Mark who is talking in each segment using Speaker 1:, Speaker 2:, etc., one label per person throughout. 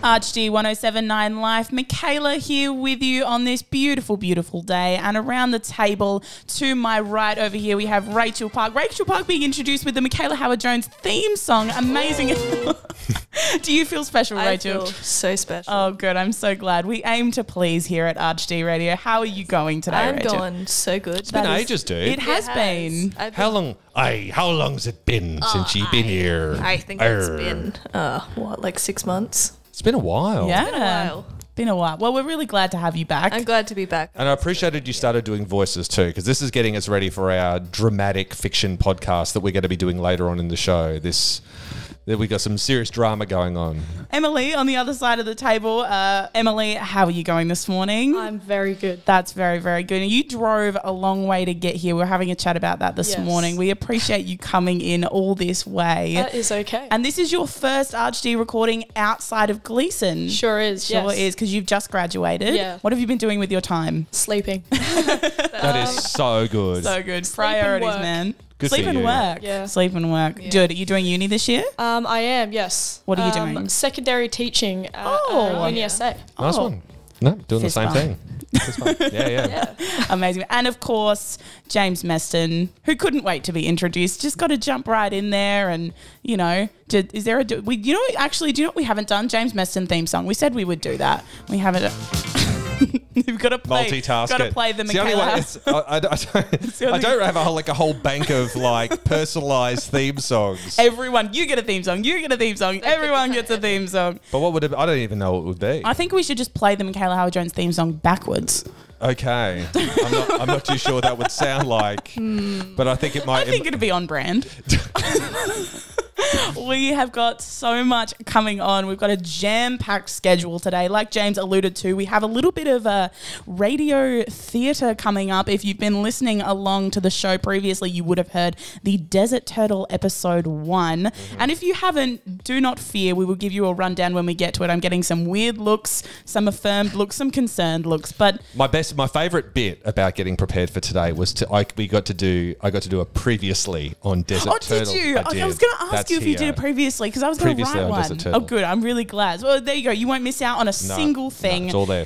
Speaker 1: RHD 1079 Life. Michaela here with you on this beautiful, beautiful day. And around the table to my right over here, we have Rachel Park. Rachel Park being introduced with the Michaela Howard Jones theme song. Amazing. Do you feel special,
Speaker 2: I
Speaker 1: Rachel?
Speaker 2: feel so special.
Speaker 1: Oh, good. I'm so glad. We aim to please here at RHD Radio. How are you going today,
Speaker 2: I'm
Speaker 1: Rachel?
Speaker 2: going so good.
Speaker 1: That
Speaker 3: been
Speaker 1: is-
Speaker 3: ages, dude.
Speaker 1: It has been.
Speaker 2: I've
Speaker 3: How long? Aye, how long's it been
Speaker 1: Oh,
Speaker 3: since you've been here?
Speaker 2: I think it's
Speaker 3: Arr.
Speaker 2: been uh, what, like six months?
Speaker 3: It's been a while.
Speaker 1: Yeah.
Speaker 2: Been a while.
Speaker 1: Been a while. Well, we're really glad to have you back.
Speaker 2: I'm glad to be back.
Speaker 3: And I appreciated you started doing voices too, because this is getting us ready for our dramatic fiction podcast that we're going to be doing later on in the show. This, that we got some serious drama going on.
Speaker 1: Emily on the other side of the table. Uh, Emily, how are you going this morning?
Speaker 4: I'm very good.
Speaker 1: That's very, very good. And you drove a long way to get here. We are having a chat about that this
Speaker 4: Yes.
Speaker 1: morning. We appreciate you coming in all this way.
Speaker 4: That is okay.
Speaker 1: and this is your first RHD recording outside of Gleason.
Speaker 4: sure is.
Speaker 1: Sure
Speaker 4: yes.
Speaker 1: is, because you've just graduated.
Speaker 4: Yeah.
Speaker 1: What have you been doing with your time?
Speaker 4: Sleeping.
Speaker 3: That is so good.
Speaker 1: Um, So good.
Speaker 4: and
Speaker 1: Priorities,
Speaker 4: work.
Speaker 1: man.
Speaker 3: Good
Speaker 1: Sleep
Speaker 3: for
Speaker 1: and
Speaker 3: you.
Speaker 1: work.
Speaker 4: Yeah.
Speaker 1: Sleep and work. Dude, are you doing uni this year?
Speaker 4: um, I am. Yes.
Speaker 1: What are you
Speaker 4: Um,
Speaker 1: doing?
Speaker 4: Secondary teaching at
Speaker 1: Oh.
Speaker 4: oh, Uni SA.
Speaker 3: nice
Speaker 1: Oh.
Speaker 3: one. No, doing
Speaker 1: Fist
Speaker 3: the same
Speaker 1: bump.
Speaker 3: thing. Fist bump. yeah, yeah.
Speaker 1: Amazing. And of course, James Meston, who couldn't wait to be introduced, just got to jump right in there. And, you know, did, is there a, do- we, you know, actually, do you know what we haven't done? James Meston theme song. We said we would do that. We haven't. We've got to play.
Speaker 3: Multitask.
Speaker 1: Got to
Speaker 3: it.
Speaker 1: play the
Speaker 3: It's only
Speaker 1: Michaela.
Speaker 3: way-
Speaker 1: House.
Speaker 3: it's- I, I- I don't,
Speaker 1: the only-
Speaker 3: I don't have a whole, like a whole bank of like personalized theme songs.
Speaker 1: Everyone, you get a theme song. You get a theme song. Everyone gets a theme song.
Speaker 3: But what would it, I don't even know what it would be.
Speaker 1: I think we should just play the Michaela Howard Jones theme song backwards.
Speaker 3: Okay, I'm not, I'm not too sure what that would sound like, but I think it might.
Speaker 1: Hmm. I think it'd be on brand. we have got so much coming on. We've got a jam packed schedule today. Like James alluded to, we have a little bit of a radio theatre coming up. If you've been listening along to the show previously, you would have heard the Desert Turtle episode one. And if you haven't, do not fear. We will give you a rundown when we get to it. I'm getting some weird looks, some affirmed looks, some concerned looks, but
Speaker 3: my best, my favorite bit about getting prepared for today was to I we got to do I got to do a previously on Desert
Speaker 1: Oh,
Speaker 3: Turtle.
Speaker 1: did you? I, I was going to ask
Speaker 3: That's
Speaker 1: you if you did
Speaker 3: here.
Speaker 1: it previously because I was going to
Speaker 3: Previously
Speaker 1: write
Speaker 3: on
Speaker 1: one.
Speaker 3: Desert
Speaker 1: Oh,
Speaker 3: Turtle.
Speaker 1: good. I'm really glad. Well, there you go. You won't miss out on a
Speaker 3: No,
Speaker 1: single
Speaker 3: no,
Speaker 1: thing.
Speaker 3: it's all there.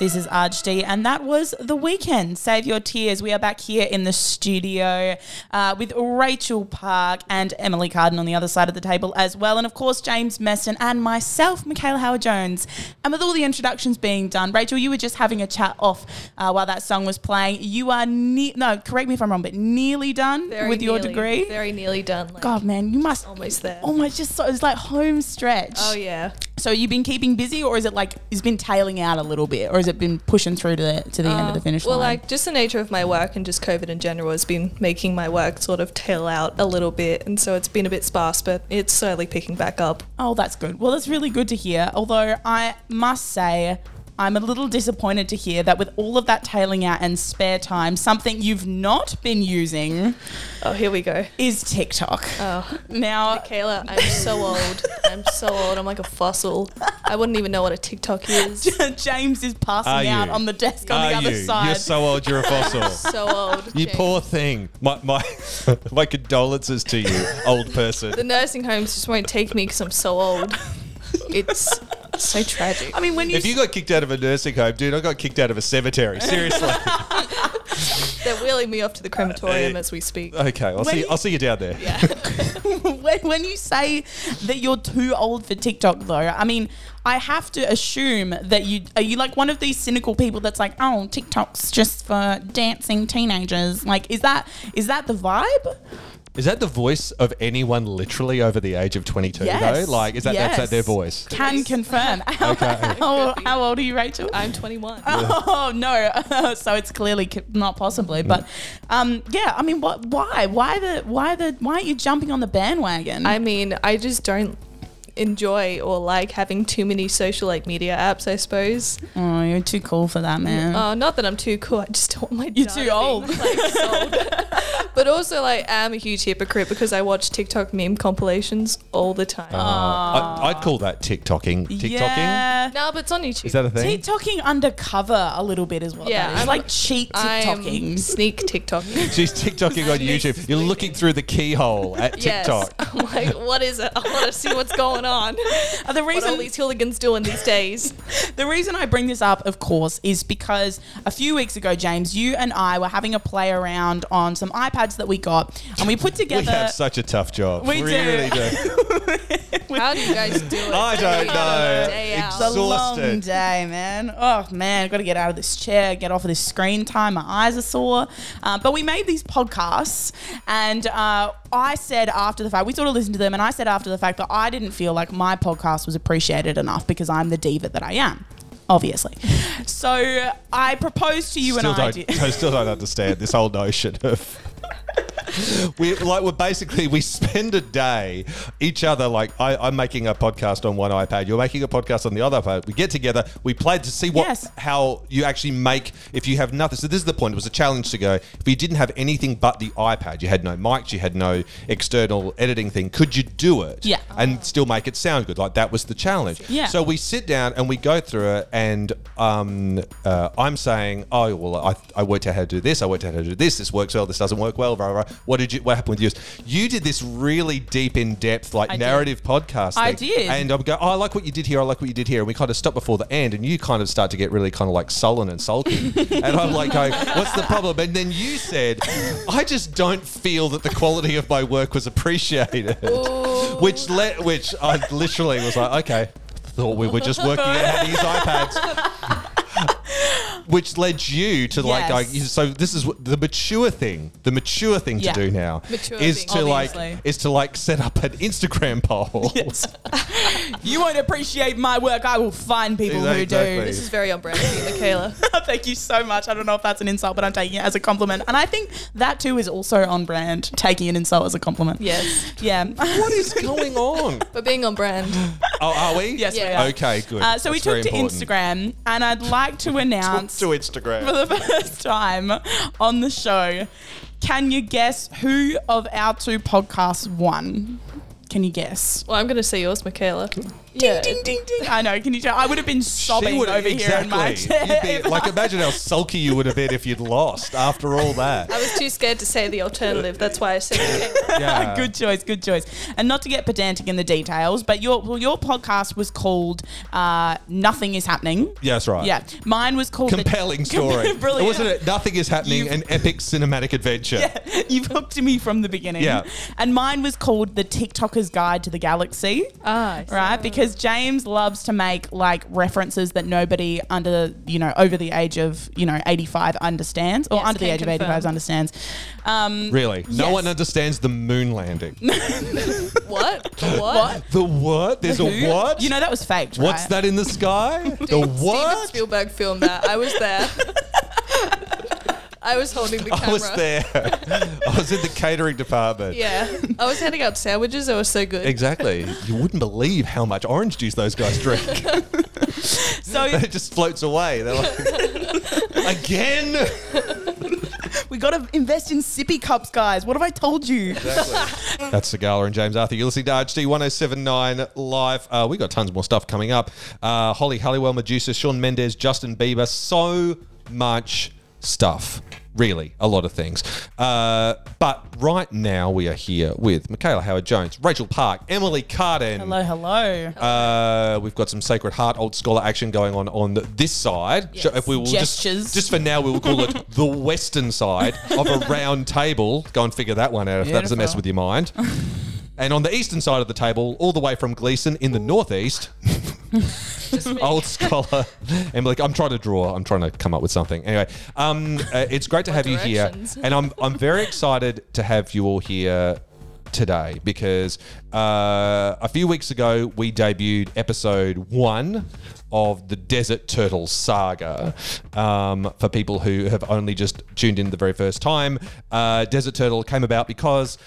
Speaker 1: This is RHD, and that was The Weekend. Save Your Tears. We are back here in the studio uh, with Rachel Park and Emily Carden on the other side of the table as well. And of course, James Meston and myself, Michaela Howard Jones. And with all the introductions being done, Rachel, you were just having a chat off uh, while that song was playing. You are, ne- no, correct me if I'm wrong, but nearly done
Speaker 2: Very
Speaker 1: with your
Speaker 2: nearly-
Speaker 1: degree.
Speaker 2: Very nearly done. Like,
Speaker 1: God, man, you must
Speaker 2: Almost there.
Speaker 1: Almost just so it's like home stretch.
Speaker 2: Oh, yeah.
Speaker 1: So you've been keeping busy, or is it like it's been tailing out a little bit, or has it been pushing through to the to the end of the finish
Speaker 2: Uh, Well,
Speaker 1: line?
Speaker 2: like, just the nature of my work and just COVID in general has been making my work sort of tail out a little bit. And so it's been a bit sparse, but it's slowly picking back up.
Speaker 1: oh, that's good. Well, that's really good to hear. Although I must say. I'm a little disappointed to hear that with all of that tailing out and spare time, something you've not been using
Speaker 2: Oh, here we go.
Speaker 1: is TikTok.
Speaker 2: Oh.
Speaker 1: now,
Speaker 2: Kayla, I'm so old. I'm so old. I'm like a fossil. I wouldn't even know what a TikTok is.
Speaker 1: James is passing
Speaker 3: Are
Speaker 1: out
Speaker 3: you?
Speaker 1: on the desk on
Speaker 3: Are
Speaker 1: the other
Speaker 3: you?
Speaker 1: side.
Speaker 3: You're so old. You're a fossil.
Speaker 2: So old.
Speaker 3: you
Speaker 2: James.
Speaker 3: poor thing. My my my condolences to you, old person.
Speaker 2: The nursing homes just won't take me because I'm so old. It's so tragic.
Speaker 1: I mean, when you
Speaker 3: If you got kicked out of a nursing home, dude, I got kicked out of a cemetery. Seriously.
Speaker 2: They're wheeling me off to the crematorium as we
Speaker 1: Uh,
Speaker 2: speak.
Speaker 3: okay, I'll
Speaker 1: When
Speaker 3: see.
Speaker 1: you-
Speaker 3: I'll see you down there.
Speaker 1: when, when you say that you're too old for TikTok, though, I mean, I have to assume that you are you like one of these cynical people that's like, oh, TikTok's just for dancing teenagers. Like, is that is that the vibe?
Speaker 3: Is that the voice of anyone literally over the age of 22
Speaker 1: Yes.
Speaker 3: though? Uh, Like, is that
Speaker 1: Yes.
Speaker 3: that's that their voice?
Speaker 1: Can confirm. How, how, how old are you, Rachel?
Speaker 2: I'm 21.
Speaker 1: Oh no! so it's clearly c- not possibly,
Speaker 3: Mm.
Speaker 1: but um, yeah. I mean, what? Why? Why the? Why the? Why aren't you jumping on the bandwagon?
Speaker 2: I mean, I just don't enjoy or like having too many social like media apps. I suppose.
Speaker 1: oh, you're too cool for that, man.
Speaker 2: Uh, not that I'm too cool. I just don't want my.
Speaker 1: Mm. You're too
Speaker 2: data being,
Speaker 1: old.
Speaker 2: like, sold. But also, like, I'm a huge hypocrite because I watch TikTok meme compilations all the time.
Speaker 3: Uh, I, I'd call that TikToking. TikToking?
Speaker 1: Yeah.
Speaker 2: no, but it's on YouTube.
Speaker 3: Is that a thing?
Speaker 1: TikToking undercover a little bit as well.
Speaker 2: Yeah,
Speaker 1: Yeah,
Speaker 2: I'm-
Speaker 1: like cheat
Speaker 2: I'm
Speaker 1: TikToking.
Speaker 2: sneak TikToking.
Speaker 3: She's TikToking on YouTube. You're looking through the keyhole at
Speaker 2: Yes.
Speaker 3: TikTok.
Speaker 2: I'm like, what is it? I want to see what's going on.
Speaker 1: Uh, the
Speaker 2: What all
Speaker 1: reason
Speaker 2: these hooligans doing these days?
Speaker 1: the reason I bring this up, of course, is because a few weeks ago, James, you and I were having a play around on some iPads that we got, and we put together.
Speaker 3: We have such a tough job.
Speaker 1: We do.
Speaker 3: really do.
Speaker 2: How do you guys do it?
Speaker 3: I don't
Speaker 2: Day in,
Speaker 3: know.
Speaker 2: day out.
Speaker 1: It's a long
Speaker 3: Exhausted.
Speaker 1: day, man. Oh man, got to get out of this chair, get off of this screen time. My eyes are sore. Uh, but we made these podcasts, and uh, I said after the fact, we sort of listened to them, and I said after the fact that I didn't feel like my podcast was appreciated enough because I'm the diva that I am. Obviously. So I proposed to you
Speaker 3: still
Speaker 1: an idea.
Speaker 3: don't, I still don't understand this whole notion of. We like we're basically we spend a day each other like I, I'm making a podcast on one iPad, you're making a podcast on the other iPad. We get together, we play to see what
Speaker 1: Yes.
Speaker 3: how you actually make if you have nothing. So this is the point. It was a challenge to go if you didn't have anything but the iPad, you had no mics, you had no external editing thing. Could you do it?
Speaker 1: Yeah.
Speaker 3: and still make it sound good. Like that was the challenge.
Speaker 1: Yeah.
Speaker 3: So we sit down and we go through it, and um, uh, I'm saying, oh well, I, I worked out how to do this. I worked out how to do this. This works well. This doesn't work well. Blah, blah, blah. What did you? What happened with yours? You did this really deep, in depth, like
Speaker 1: I did.
Speaker 3: narrative podcast.
Speaker 1: I
Speaker 3: thing,
Speaker 1: did.
Speaker 3: And I'm going, oh, I like what you did here. I like what you did here. And we kind of stop before the end, and you kind of start to get really kind of like sullen and sulky. and I'm like going, what's the problem? And then you said, I just don't feel that the quality of my work was appreciated which le- which I literally was like, okay, thought we were just working out how to use iPads. Which led you to like,
Speaker 1: Yes.
Speaker 3: going, so this is what- the mature thing. The mature thing
Speaker 1: Yeah.
Speaker 3: to do now
Speaker 2: Mature
Speaker 3: is
Speaker 2: thing.
Speaker 3: to
Speaker 1: Obviously.
Speaker 3: like is to like set up an Instagram poll.
Speaker 1: you won't appreciate my work. I will find people who do.
Speaker 3: Exactly.
Speaker 2: This is very on brand for you, Michaela.
Speaker 1: Thank you so much. I don't know if that's an insult, but I'm taking it as a compliment. And I think that too is also on brand, taking an insult as a compliment.
Speaker 2: Yes.
Speaker 1: Yeah.
Speaker 3: What is going on?
Speaker 2: But being on brand.
Speaker 3: Oh, are we?
Speaker 1: Yes, we
Speaker 2: Yeah.
Speaker 1: are.
Speaker 3: Okay, good.
Speaker 1: Uh, so we
Speaker 3: That's very
Speaker 1: took to
Speaker 3: important.
Speaker 1: Instagram, and I'd like to announce
Speaker 3: To Instagram.
Speaker 1: for the first time on the show. Can you guess who of our two podcasts won? Can you guess?
Speaker 2: Well, I'm going to say yours, Michaela.
Speaker 4: Yeah.
Speaker 1: Ding ding ding! I know. Can you tell? I would have been sobbing
Speaker 3: would-
Speaker 1: over here in my
Speaker 3: exactly.
Speaker 1: chair.
Speaker 3: You'd be- like, imagine how sulky you would have been if you'd lost after all that.
Speaker 2: I was too scared to say the alternative. That's why I said Michaela.
Speaker 3: Yeah.
Speaker 1: good choice, good choice. And not to get pedantic in the details, but your well, your podcast was called uh, "Nothing Is Happening."
Speaker 3: Yeah, that's right.
Speaker 1: Yeah, mine was called
Speaker 3: compelling story.
Speaker 1: Brilliant.
Speaker 3: Wasn't it? Nothing is happening.
Speaker 1: You've-
Speaker 3: an epic cinematic adventure.
Speaker 1: You've hooked me from the beginning.
Speaker 3: Yeah.
Speaker 1: And mine was called The TikToker's Guide to the Galaxy.
Speaker 2: Ah, I see.
Speaker 1: right? Because James loves to make like references that nobody under, you know, over the age of, you know, 85 understands or
Speaker 2: Yes,
Speaker 1: under the
Speaker 2: can
Speaker 1: age of
Speaker 2: confirm.
Speaker 1: 85 understands. Um,
Speaker 3: Really, no
Speaker 1: Yes.
Speaker 3: one understands the moon landing.
Speaker 2: What? The what? what?
Speaker 3: the what? There's a what?
Speaker 1: You know, that was faked.
Speaker 3: what's
Speaker 1: right?
Speaker 3: that in the sky? the
Speaker 2: Steven
Speaker 3: what?
Speaker 2: Spielberg filmed that. I was there. I was holding the camera.
Speaker 3: I was there. I was in the catering department.
Speaker 2: Yeah. I was handing out sandwiches. It was so good.
Speaker 3: Exactly. You wouldn't believe how much orange juice those guys drink.
Speaker 1: So
Speaker 3: it just floats away. They're like, again.
Speaker 1: we got to invest in sippy cups, guys. What have I told you?
Speaker 3: That's the gala and James Arthur. You're listening to HD 1079 live. Uh, we got tons more stuff coming up. Uh, Holly Halliwell, Medusa, Sean Mendez, Justin Bieber. So much stuff. Really, a lot of things. Uh, but right now, we are here with Michaela Howard Jones, Rachel Park, Emily Carden.
Speaker 1: Hello, hello.
Speaker 3: Uh, we've got some Sacred Heart Old Scholar action going on on this side. Sh- If we will
Speaker 1: Gestures.
Speaker 3: Just, just for now, we will call it the Western side of a round table. Go and figure that one out if that doesn't mess
Speaker 1: Beautiful.
Speaker 3: with your mind. And on the eastern side of the table, all the way from Gleason in the northeast, old scholar Emily. I'm trying to draw. I'm trying to come up with something. Anyway, um, uh, it's great to have you here,
Speaker 2: directions?
Speaker 3: and I'm I'm very excited to have you all here today because uh, a few weeks ago we debuted episode one of the Desert Turtle Saga. Um, for people who have only just tuned in the very first time, uh, Desert Turtle came about because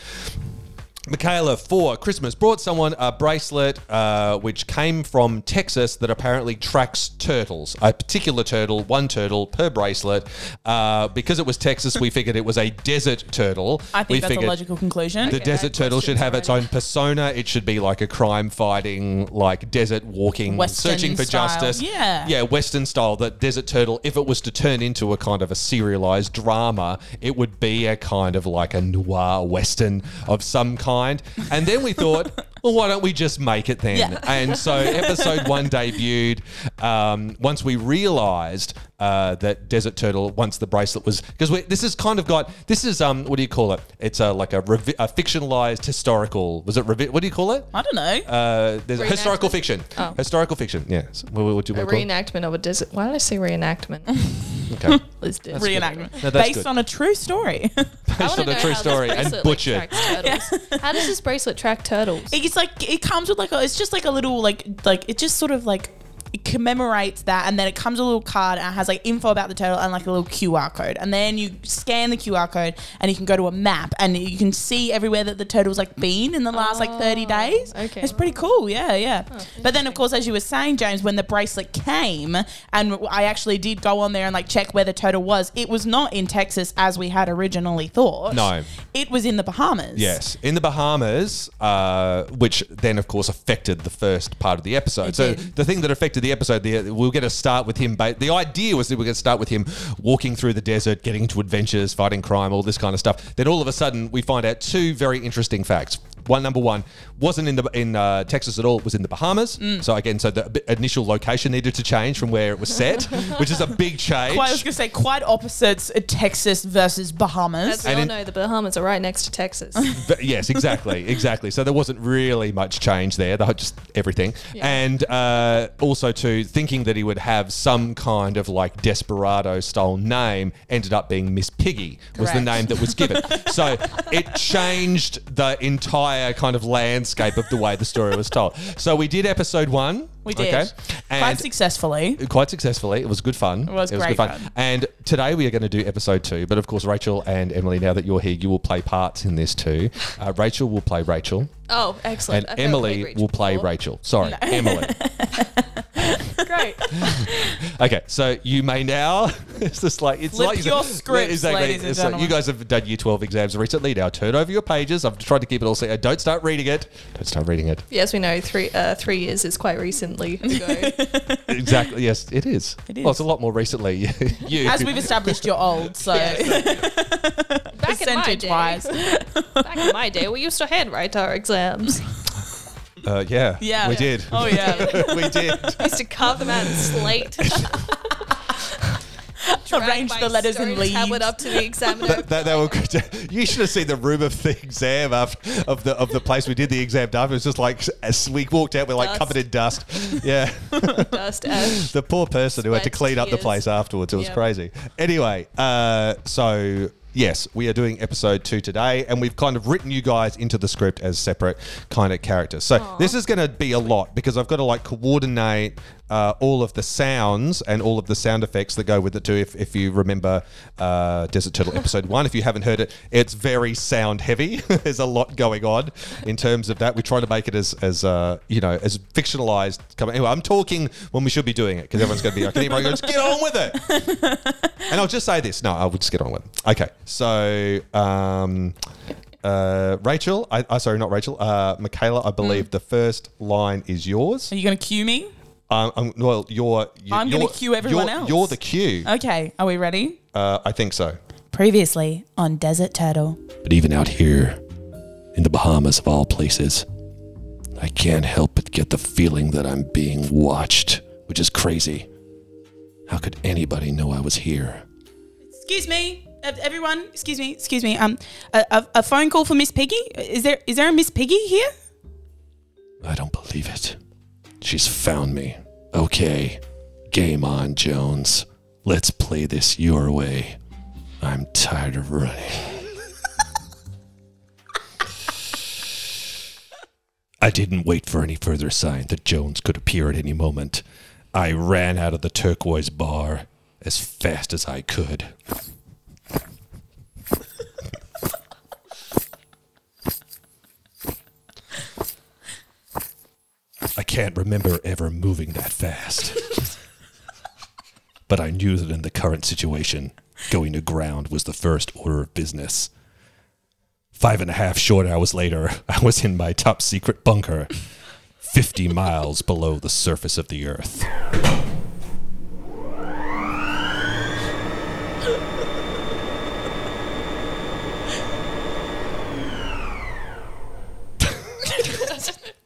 Speaker 3: Michaela for Christmas brought someone a bracelet uh, which came from Texas that apparently tracks turtles, a particular turtle, one turtle per bracelet. Uh, because it was Texas, we figured it was a desert turtle.
Speaker 1: I think
Speaker 3: we
Speaker 1: that's a
Speaker 3: figured
Speaker 1: logical conclusion.
Speaker 3: The desert turtle should have its own persona. It should be like a crime fighting, like desert walking,
Speaker 1: Western
Speaker 3: searching for
Speaker 1: style.
Speaker 3: justice.
Speaker 1: Yeah.
Speaker 3: Yeah, Western style. That desert turtle, if it was to turn into a kind of a serialized drama, it would be a kind of like a noir Western of some kind. And then we thought, well, why don't we just make it then?
Speaker 1: Yeah.
Speaker 3: And so episode one debuted. Um, once we realized uh, that Desert Turtle, once the bracelet was, because this has kind of got, this is, um, what do you call it? It's a, like a, revi- a fictionalized historical, was it, revi- what do you call it?
Speaker 1: I don't know.
Speaker 3: Uh, there's a
Speaker 2: Reenactment?
Speaker 3: historical fiction.
Speaker 2: Oh.
Speaker 3: Historical fiction, yes. What, what, what do you
Speaker 2: A
Speaker 3: want to call
Speaker 2: reenactment of a desert. Why did I say reenactment?
Speaker 3: it? Okay.
Speaker 2: Let's do it.
Speaker 3: good.
Speaker 1: Reenactment
Speaker 3: No, that's
Speaker 1: based
Speaker 3: good.
Speaker 1: on a true story.
Speaker 2: I
Speaker 3: Based
Speaker 2: wanna
Speaker 3: on a
Speaker 2: know
Speaker 3: true
Speaker 2: how this
Speaker 3: story and
Speaker 2: bracelet, like,
Speaker 3: butchered.
Speaker 2: tracks turtles. How does this bracelet track turtles?
Speaker 1: it's like it comes with like a, it's just like a little like like it just sort of like it commemorates that and then it comes with a little card and it has like info about the turtle and like a little QR code and then you scan the QR code and you can go to a map and you can see everywhere that the turtle's like been in the last like 30 days
Speaker 2: okay.
Speaker 1: it's pretty cool yeah yeah but then of course as you were saying James when the bracelet came and I actually did go on there and like check where the turtle was it was not in Texas as we had originally thought
Speaker 3: No.
Speaker 1: it was in the Bahamas
Speaker 3: Yes, in the Bahamas, uh, which then, of course, affected the first part of the episode.
Speaker 1: It
Speaker 3: so
Speaker 1: did.
Speaker 3: the thing that affected the episode, the, we'll get to start with him. Ba- the idea was that we are going to start with him walking through the desert, getting into adventures, fighting crime, all this kind of stuff. Then all of a sudden, we find out two very interesting facts. One number one wasn't in the in uh, Texas at all. It was in the Bahamas.
Speaker 1: Mm.
Speaker 3: So again, so the b- initial location needed to change from where it was set, which is a big change.
Speaker 1: Quite, I was going to say quite opposites uh, Texas versus
Speaker 2: As
Speaker 1: Bahamas.
Speaker 2: we
Speaker 3: And
Speaker 2: all
Speaker 3: in-
Speaker 2: know, the Bahamas are right next to Texas.
Speaker 3: But yes, exactly, exactly. So there wasn't really much change there. They had just everything, and uh, also too thinking that he would have some kind of like desperado style name ended up being Miss Piggy was the
Speaker 1: Correct.
Speaker 3: name that was given. so it changed the entire kind of landscape of the way the story was told. So we did episode one.
Speaker 1: We did.
Speaker 3: and
Speaker 1: Quite successfully.
Speaker 3: quite successfully. It was good fun. It
Speaker 1: was
Speaker 3: good
Speaker 1: great
Speaker 3: fun.
Speaker 1: fun.
Speaker 3: And today we are going to do episode two. But of course, Rachel and Emily, now that you're here, you will play parts in this too. Uh, Rachel will play Rachel,
Speaker 2: oh, excellent.
Speaker 3: and
Speaker 2: I felt
Speaker 3: Emily
Speaker 2: like
Speaker 3: will play
Speaker 2: before.
Speaker 3: Rachel. Sorry, Emily.
Speaker 4: Great.
Speaker 3: Okay, so you may now. It's just like it's
Speaker 1: Flip
Speaker 3: like
Speaker 1: your scripts, ladies and
Speaker 3: It's like you
Speaker 1: gentlemen.
Speaker 3: guys have done Year Twelve exams recently. Now turn over your pages. I've tried to keep it all. safe. Don't start reading it. Don't start reading it.
Speaker 2: Yes, we know three uh, three years is quite recently ago.
Speaker 3: Exactly. Yes, it is.
Speaker 1: It
Speaker 3: Well,
Speaker 1: is.
Speaker 3: it's a lot more recently. you.
Speaker 1: As we've established, you're old, so
Speaker 2: Back in my day,
Speaker 1: percentage-wise.
Speaker 2: back in my day, we used to handwrite our exams.
Speaker 3: Uh, yeah.
Speaker 1: Yeah.
Speaker 3: We did.
Speaker 1: Oh, yeah.
Speaker 3: we did.
Speaker 2: we used to carve them out in slate, drag
Speaker 1: Arrange
Speaker 2: my
Speaker 1: the letters in
Speaker 2: stone
Speaker 1: leaves.
Speaker 2: tablet up to the examiner.
Speaker 3: that, that, that were good. You should have seen the room of the exam after, of the of the place we did the exam after. It was just like as we walked out, we're like
Speaker 2: Dust.
Speaker 3: covered in dust. Yeah,
Speaker 2: dust ash.
Speaker 3: the poor person who had to
Speaker 2: Sweat,
Speaker 3: clean up the
Speaker 2: tears.
Speaker 3: place afterwards. It was
Speaker 2: Yeah.
Speaker 3: crazy. Anyway, uh, so. Yes, we are doing episode two today, and we've kind of written you guys into the script as separate kind of characters. So this is going to be a lot because I've got to like coordinate uh, all of the sounds and all of the sound effects that go with it too. If, if you remember uh, Desert Turtle episode one, if you haven't heard it, it's very sound heavy. There's a lot going on in terms of that. We try to make it as as uh, you know as fictionalized. Come anyway, I'm talking when we should be doing it because everyone's going to be like, "Anybody goes, get on with it." And I'll just say this. No, I will just get on with it. Okay, so. Um, uh, Rachel, I, I sorry, not Rachel. Uh, Michaela, I
Speaker 1: Mm.
Speaker 3: believe the first line is yours.
Speaker 1: Are you going to cue me?
Speaker 3: Um, I'm, well, you're. You,
Speaker 1: I'm gonna
Speaker 3: you're-
Speaker 1: cue everyone
Speaker 3: you're,
Speaker 1: else.
Speaker 3: You're the cue.
Speaker 1: Okay, are we ready?
Speaker 3: Uh, I think so.
Speaker 1: Previously on Desert Turtle.
Speaker 5: But even out here, in the Bahamas of all places, I can't help but get the feeling that I'm being watched, which is crazy. How could anybody know I was here?
Speaker 1: Excuse me, ev- everyone. Excuse me, excuse me. Um, a, a, a phone call for Miss Piggy. Is there is there a Miss Piggy here?
Speaker 5: I don't believe it. She's found me. Okay. Game on, Jones. Let's play this your way. I'm tired of running. I didn't wait for any further sign that Jones could appear at any moment. I ran out of the turquoise bar as fast as I could. can't remember ever moving that fast. but I knew that in the current situation, going to ground was the first order of business. Five and a half short hours later, I was in my top secret bunker, 50 miles below the surface of the earth.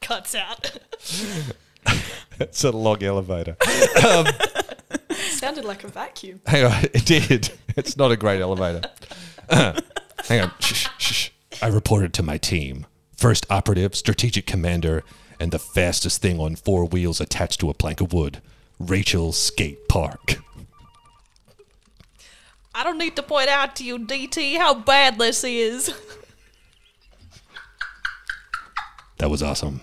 Speaker 4: Cuts out.
Speaker 3: It's a log elevator.
Speaker 4: Sounded like a vacuum.
Speaker 3: Hang on, it did. It's not a great elevator.
Speaker 5: Hang on. Shh, shh, shh. I reported to my team first operative, strategic commander, and the fastest thing on four wheels attached to a plank of wood Rachel Skate Park.
Speaker 2: I don't need to point out to you, DT, how bad this is.
Speaker 5: That was awesome.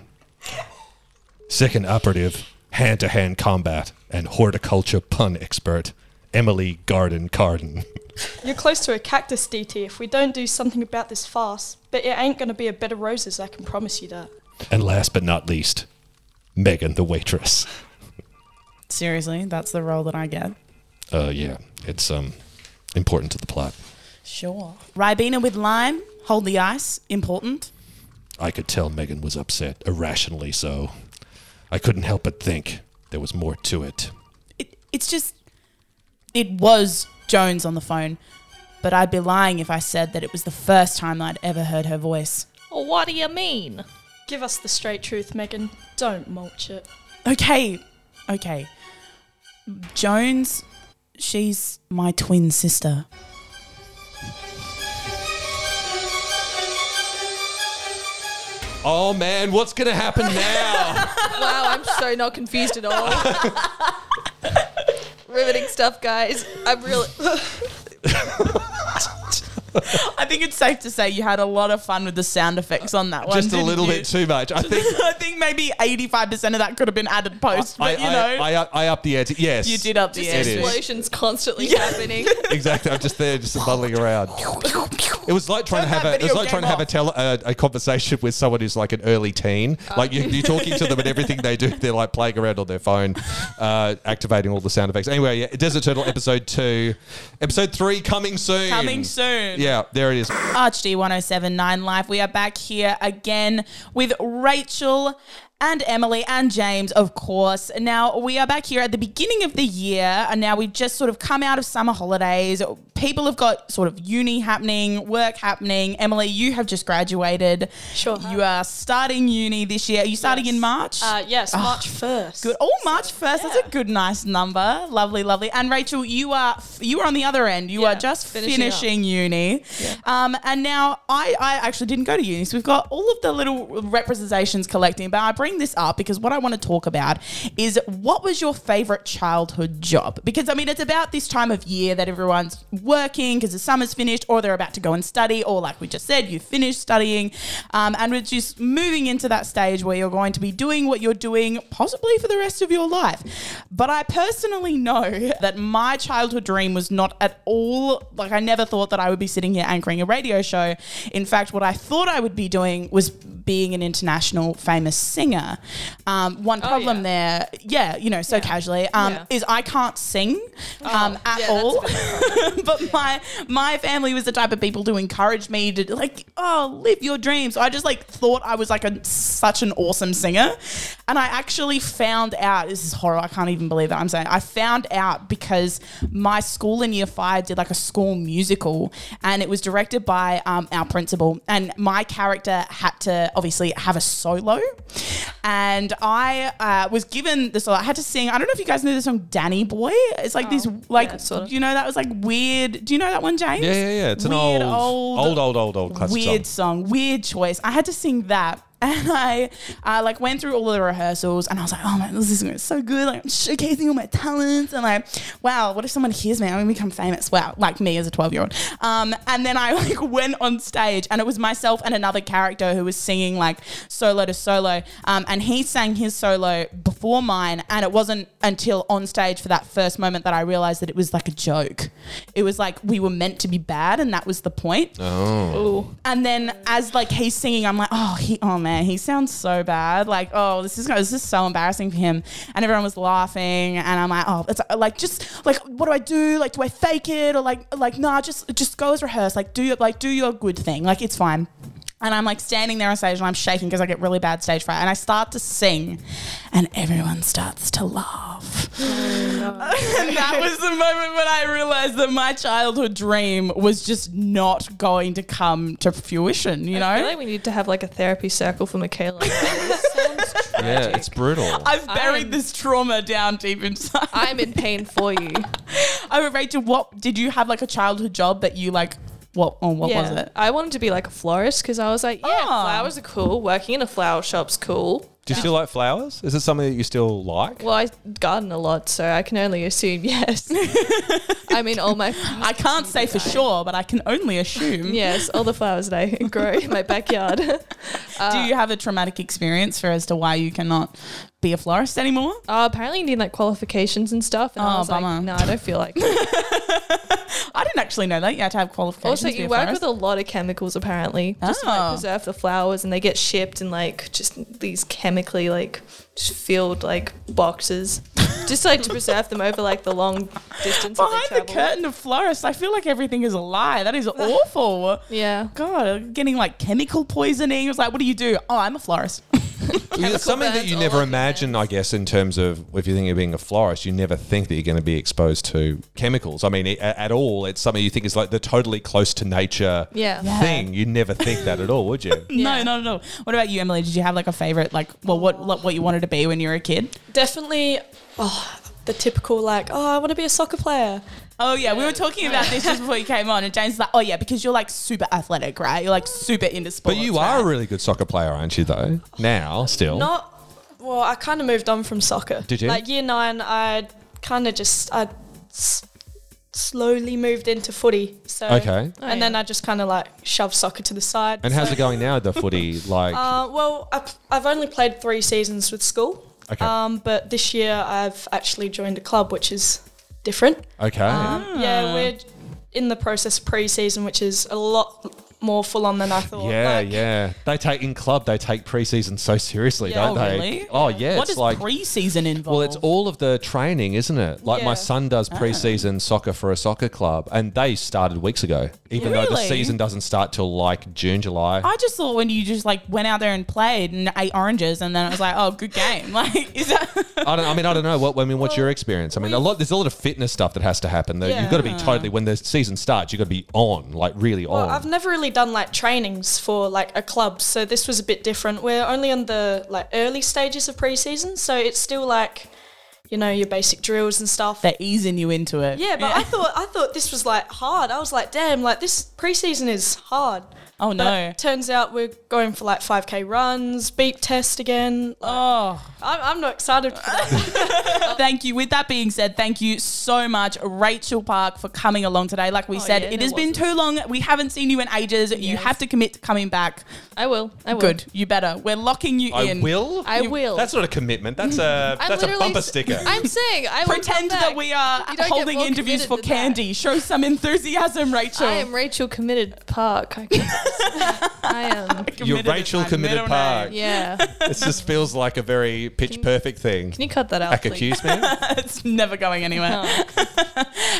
Speaker 5: Second operative, hand to hand combat, and horticulture pun expert, Emily Garden Carden.
Speaker 4: You're close to a cactus, DT, if we don't do something about this fast. But it ain't gonna be a bed of roses, I can promise you that.
Speaker 5: And last but not least, Megan the waitress.
Speaker 1: Seriously, that's the role that I get.
Speaker 5: Uh, yeah, it's um important to the plot.
Speaker 1: Sure. Ribena with lime, hold the ice, important.
Speaker 5: I could tell Megan was upset, irrationally so. I couldn't help but think there was more to it.
Speaker 1: It, it's just, it was Jones on the phone, but I'd be lying if I said that it was the first time I'd ever heard her voice.
Speaker 2: Well, what do you mean?
Speaker 4: Give us the straight truth, Megan. Don't mulch it.
Speaker 1: Okay, okay. Jones, she's my twin sister.
Speaker 3: Oh man, what's gonna happen now?
Speaker 2: Wow, I'm so not confused at all. Riveting stuff, guys. I'm really.
Speaker 1: I think it's safe to say you had a lot of fun with the sound effects on that one.
Speaker 3: Just a
Speaker 1: didn't
Speaker 3: little
Speaker 1: you?
Speaker 3: bit too much. I think
Speaker 1: I think maybe 85% of that could have been added post,
Speaker 3: I,
Speaker 1: but you know,
Speaker 3: I, I, I up the ante. Yes,
Speaker 1: you did up the
Speaker 2: Just
Speaker 3: It is.
Speaker 1: ante.
Speaker 2: explosions constantly happening.
Speaker 3: exactly. I'm just there, just muddling around. It was like trying
Speaker 1: Turn
Speaker 3: to have
Speaker 1: that
Speaker 3: a. It was
Speaker 1: video
Speaker 3: like trying to
Speaker 1: game
Speaker 3: have a,
Speaker 1: off.
Speaker 3: tele, uh, a, a conversation with someone who's like an early teen.
Speaker 1: Oh.
Speaker 3: Like you, you're talking to them and everything they do, they're like playing around on their phone, uh, activating all the sound effects. Anyway, yeah, Desert Turtle episode two, episode three coming soon.
Speaker 1: Coming soon.
Speaker 3: Yeah, there it is.
Speaker 1: Archd 1079 Live. We are back here again with Rachel and Emily and James, of course. Now, we are back here at the beginning of the year, and now we've just sort of come out of summer holidays. People have got sort of uni happening, work happening. Emily, you have just graduated.
Speaker 4: Sure have.
Speaker 1: You are starting uni this year. Are you starting in
Speaker 4: Yes.
Speaker 1: March? Ah,
Speaker 4: Uh, yes, March 1st.
Speaker 1: Good. Oh, March first. That's a
Speaker 4: yeah.
Speaker 1: good, nice number. Lovely, lovely. And Rachel, you are you are on the other end. You
Speaker 2: Yeah,
Speaker 1: are just
Speaker 2: finishing
Speaker 1: finishing, uni. Um, and now I I actually didn't go to uni, so we've got all of the little representations collecting. But I bring this up because what I want to talk about is what was your favorite childhood job? Because I mean, it's about this time of year that everyone's working because the summer's finished, or they're about to go and study, or like we just said, you finished studying, um, and we're just moving into that stage where you're going to be doing what you're doing possibly for the rest of your life. But I personally know that my childhood dream was not at all like I never thought that I would be sitting here anchoring a radio show. In fact, what I thought I would be doing was being an international famous singer. Um, one problem
Speaker 2: Oh, yeah.
Speaker 1: there, yeah, you know, so casually, um,
Speaker 2: Yeah. Oh,
Speaker 1: is I can't sing um, at
Speaker 2: yeah, that's
Speaker 1: all.
Speaker 2: a bit
Speaker 1: but my my family was the type of people to encourage me to like oh live your dreams i just like thought i was like a such an awesome singer and i actually found out this is horrible i can't even believe that i'm saying i found out because my school in year five did like a school musical and it was directed by um, our principal and my character had to obviously have a solo and i uh, was given the solo i had to sing i don't know if you guys know the song danny boy it's like this like
Speaker 2: Oh, yeah, sort of.
Speaker 1: you know that was like weird. Do you know that one, James?
Speaker 3: Yeah, yeah, yeah. It's an
Speaker 1: Weird
Speaker 3: old, old, old, old, old, classic
Speaker 1: weird
Speaker 3: song.
Speaker 1: song. weird choice. I had to sing that. And I uh, like went through all the rehearsals and I was like, oh man, this is gonna be so good. Like I'm showcasing all my talents and like, wow, what if someone hears me? I'm gonna become famous. Wow, like me as a 12 year old. Um, and then I like went on stage and it was myself and another character who was singing like solo to solo. Um, and he sang his solo before mine and it wasn't until on stage for that first moment that I realized that it was like a joke. It was like we were meant to be bad and that was the point.
Speaker 3: Oh.
Speaker 1: And then as like he's singing, I'm like, oh, he, oh man, man, he sounds so bad. Like, oh, this is gonna- this is so embarrassing for him. And everyone was laughing, and I'm like, oh, it's like just like what do I do? Like, do I fake it or like like nah, just just go as rehearsed. Like do your like do your good thing. Like it's fine. And I'm like standing there on stage and I'm shaking because I get really bad stage fright. And I start to sing, and everyone starts to laugh. and that was the moment when I realized that my childhood dream was just not going to come to fruition, you know?
Speaker 2: I feel like we need to have like a therapy circle for Michaela.
Speaker 3: Yeah, it's brutal.
Speaker 1: I've buried
Speaker 2: I'm-
Speaker 1: this trauma down deep inside.
Speaker 2: I'm in pain for you.
Speaker 1: oh, Rachel, what did you have like a childhood job that you like? What on what
Speaker 2: yeah.
Speaker 1: was it?
Speaker 2: I wanted to be like a florist because I was like, yeah,
Speaker 1: Oh.
Speaker 2: flowers are cool. Working in a flower shop's cool.
Speaker 3: Do you still like flowers? Is it something that you still like?
Speaker 2: Well, I garden a lot, so I can only assume yes. I mean, all my
Speaker 1: I can't say for sure, but I can only assume.
Speaker 2: yes, all the flowers that I grow in my backyard.
Speaker 1: Do you have a traumatic experience for as to why you cannot be a florist anymore?
Speaker 2: Uh, apparently, you need like qualifications and stuff. And
Speaker 1: Oh,
Speaker 2: I was
Speaker 1: bummer.
Speaker 2: like, no, I don't feel like. it."
Speaker 1: I didn't actually know that. You had to have qualifications.
Speaker 2: also,
Speaker 1: to be
Speaker 2: you
Speaker 1: a
Speaker 2: work
Speaker 1: florist.
Speaker 2: with a lot of chemicals apparently, just to like,
Speaker 1: Oh.
Speaker 2: preserve the flowers, and they get shipped in like just these chemically like filled like boxes, just like to preserve them over like the long
Speaker 1: Behind
Speaker 2: distance that they
Speaker 1: the
Speaker 2: travel.
Speaker 1: curtain of florists, I feel like everything is a lie. That is awful.
Speaker 2: Yeah.
Speaker 1: God, getting like chemical poisoning. It's like, what do you do? Oh, I'm a florist.
Speaker 3: Well, It's something that
Speaker 2: burns
Speaker 3: you
Speaker 2: all
Speaker 3: never
Speaker 2: over your
Speaker 3: imagine, I guess, in terms of if you think of being a florist, you never think that you're going to be exposed to chemicals. I mean, i- a- at all, it's something you think is like the totally close to nature
Speaker 2: Yeah. Yeah.
Speaker 3: thing. You'd never think that at all, would you?
Speaker 1: No,
Speaker 2: Yeah.
Speaker 1: not at all. What about you, Emily? Did you have like a favorite, like, well, what what, what you wanted to be when you were a kid?
Speaker 4: Definitely, oh, the typical like, oh, I want to be a soccer player.
Speaker 1: Oh yeah, we were talking about this just before you came on, and James is like, oh yeah, because you're like super athletic, right? You're like super into
Speaker 3: But
Speaker 1: sports.
Speaker 3: you are a
Speaker 1: right?
Speaker 3: really good soccer player, aren't you, though? Now, still.
Speaker 4: Not well. I kind of moved on from soccer.
Speaker 3: Did you?
Speaker 4: Like year nine, I kind of just I s- slowly moved into footy. So
Speaker 3: Okay.
Speaker 4: and
Speaker 2: Oh,
Speaker 4: then
Speaker 2: yeah.
Speaker 4: I just kind of like shoved soccer to the side.
Speaker 3: and
Speaker 4: So-
Speaker 3: how's it going now, the footy? Like,
Speaker 4: Uh, well, I p- I've only played three seasons with school.
Speaker 3: Okay.
Speaker 4: Um, but this year I've actually joined a club, which is different.
Speaker 3: okay.
Speaker 2: um,
Speaker 3: Hmm.
Speaker 4: Yeah, we're in the process of pre-season, which is a lot more full on than I thought.
Speaker 3: yeah,
Speaker 4: Like,
Speaker 3: yeah. They take in club, they take preseason so seriously,
Speaker 4: Yeah.
Speaker 3: don't
Speaker 1: Oh,
Speaker 3: they?
Speaker 1: really?
Speaker 3: Oh, yeah.
Speaker 1: What
Speaker 3: it's
Speaker 1: does
Speaker 3: like
Speaker 1: preseason involve?
Speaker 3: Well, it's all of the training, isn't it? Like my
Speaker 4: Yeah.
Speaker 3: son does preseason soccer for a soccer club, and they started weeks ago, even though the
Speaker 1: Really?
Speaker 3: season doesn't start till like June, July.
Speaker 1: I just thought when you just like went out there and played and ate oranges, and then it was like, oh, good game. Like, is that?
Speaker 3: I don't. I mean, I don't know. What? I mean, what's your experience? I mean, a lot. There's a lot of fitness stuff that has to happen. Though you've got to be totally when the season starts, you've got to be on, like really
Speaker 4: Well,
Speaker 3: on.
Speaker 4: I've never really done like trainings for like a club, so this was a bit different. We're only on the like early stages of pre-season, so it's still like, you know, your basic drills and stuff.
Speaker 1: They're easing you into it.
Speaker 4: yeah, but I thought I thought this was like hard. I was like, damn, like this pre-season is hard.
Speaker 1: oh
Speaker 4: But
Speaker 1: no.
Speaker 4: turns out we're going for like 5k runs, beep test again.
Speaker 1: Oh.
Speaker 4: I'm, I'm not excited for that.
Speaker 1: Thank you. With that being said, thank you so much, Rachel Park, for coming along today. Like we said,
Speaker 2: Oh, yeah,
Speaker 1: it
Speaker 2: no
Speaker 1: has been
Speaker 2: worries.
Speaker 1: too long. We haven't seen you in ages. You have to commit to coming back.
Speaker 2: I will. I will.
Speaker 1: Good. You better. We're locking you
Speaker 3: I
Speaker 1: in.
Speaker 3: will.
Speaker 2: I will.
Speaker 3: That's not a commitment. That's a.
Speaker 2: I'm
Speaker 3: that's a
Speaker 2: literally
Speaker 3: bumper
Speaker 2: s-
Speaker 3: sticker.
Speaker 2: I'm saying I will come
Speaker 1: Pretend that
Speaker 2: back.
Speaker 1: we are
Speaker 2: You don't get
Speaker 1: holding
Speaker 2: more
Speaker 1: interviews
Speaker 2: committed
Speaker 1: for
Speaker 2: than that.
Speaker 1: candy. Show some enthusiasm, Rachel.
Speaker 2: I am Rachel Committed Park. I, guess. I am.
Speaker 3: You're
Speaker 1: is
Speaker 3: Rachel
Speaker 1: my
Speaker 3: Committed
Speaker 1: middle
Speaker 3: Park.
Speaker 1: name.
Speaker 2: Yeah. Can
Speaker 3: This just feels like a very pitch perfect thing.
Speaker 2: you cut that out?
Speaker 3: Like
Speaker 2: please?
Speaker 3: accused man.
Speaker 1: It's never going anywhere.
Speaker 2: No.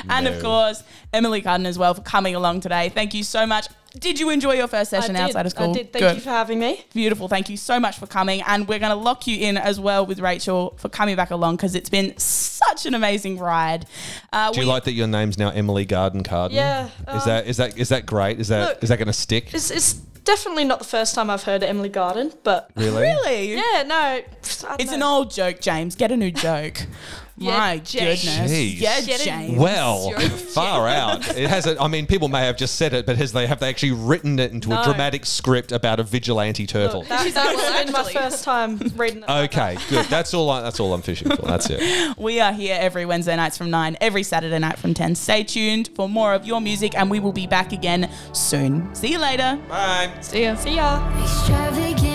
Speaker 1: And of
Speaker 3: No.
Speaker 1: course, Emily Carden as well for coming along today. Thank you so much. Did you enjoy your first
Speaker 4: I
Speaker 1: session
Speaker 4: did.
Speaker 1: outside of school?
Speaker 4: I did. Thank
Speaker 1: Good.
Speaker 4: you for having me.
Speaker 1: Beautiful. Thank you so much for coming. And we're going to lock you in as well with Rachel for coming back along because it's been such an amazing ride. Uh,
Speaker 3: Do you
Speaker 1: we-
Speaker 3: like that your name's now Emily Garden Carden?
Speaker 4: Yeah,
Speaker 3: is
Speaker 4: um,
Speaker 3: that is that is that great? Is that is
Speaker 4: look-
Speaker 3: that going to stick?
Speaker 4: It's, it's definitely not the first time I've heard Emily Garden, but
Speaker 3: Really?
Speaker 1: Really?
Speaker 4: yeah, no.
Speaker 1: Mm-hmm. It's an old joke, James. Get a new joke. My
Speaker 2: James.
Speaker 1: goodness.
Speaker 3: Jeez.
Speaker 1: Yeah,
Speaker 2: Get a-
Speaker 1: James.
Speaker 3: Well,
Speaker 2: It's your-
Speaker 3: far out. It hasn't. I mean, people may have just said it, but has they have they actually written it into a
Speaker 4: No.
Speaker 3: dramatic script about a vigilante turtle?
Speaker 4: That,
Speaker 2: like,
Speaker 4: that was
Speaker 2: well,
Speaker 4: my
Speaker 2: actually.
Speaker 4: first time reading it.
Speaker 3: okay, good. That's all. I, that's all I'm fishing for. That's it.
Speaker 1: We are here every Wednesday nights from 9, every Saturday night from 10. Stay tuned for more of your music, and we will be back again soon. See you later.
Speaker 3: Bye.
Speaker 2: See ya.
Speaker 4: See ya.
Speaker 6: extravagant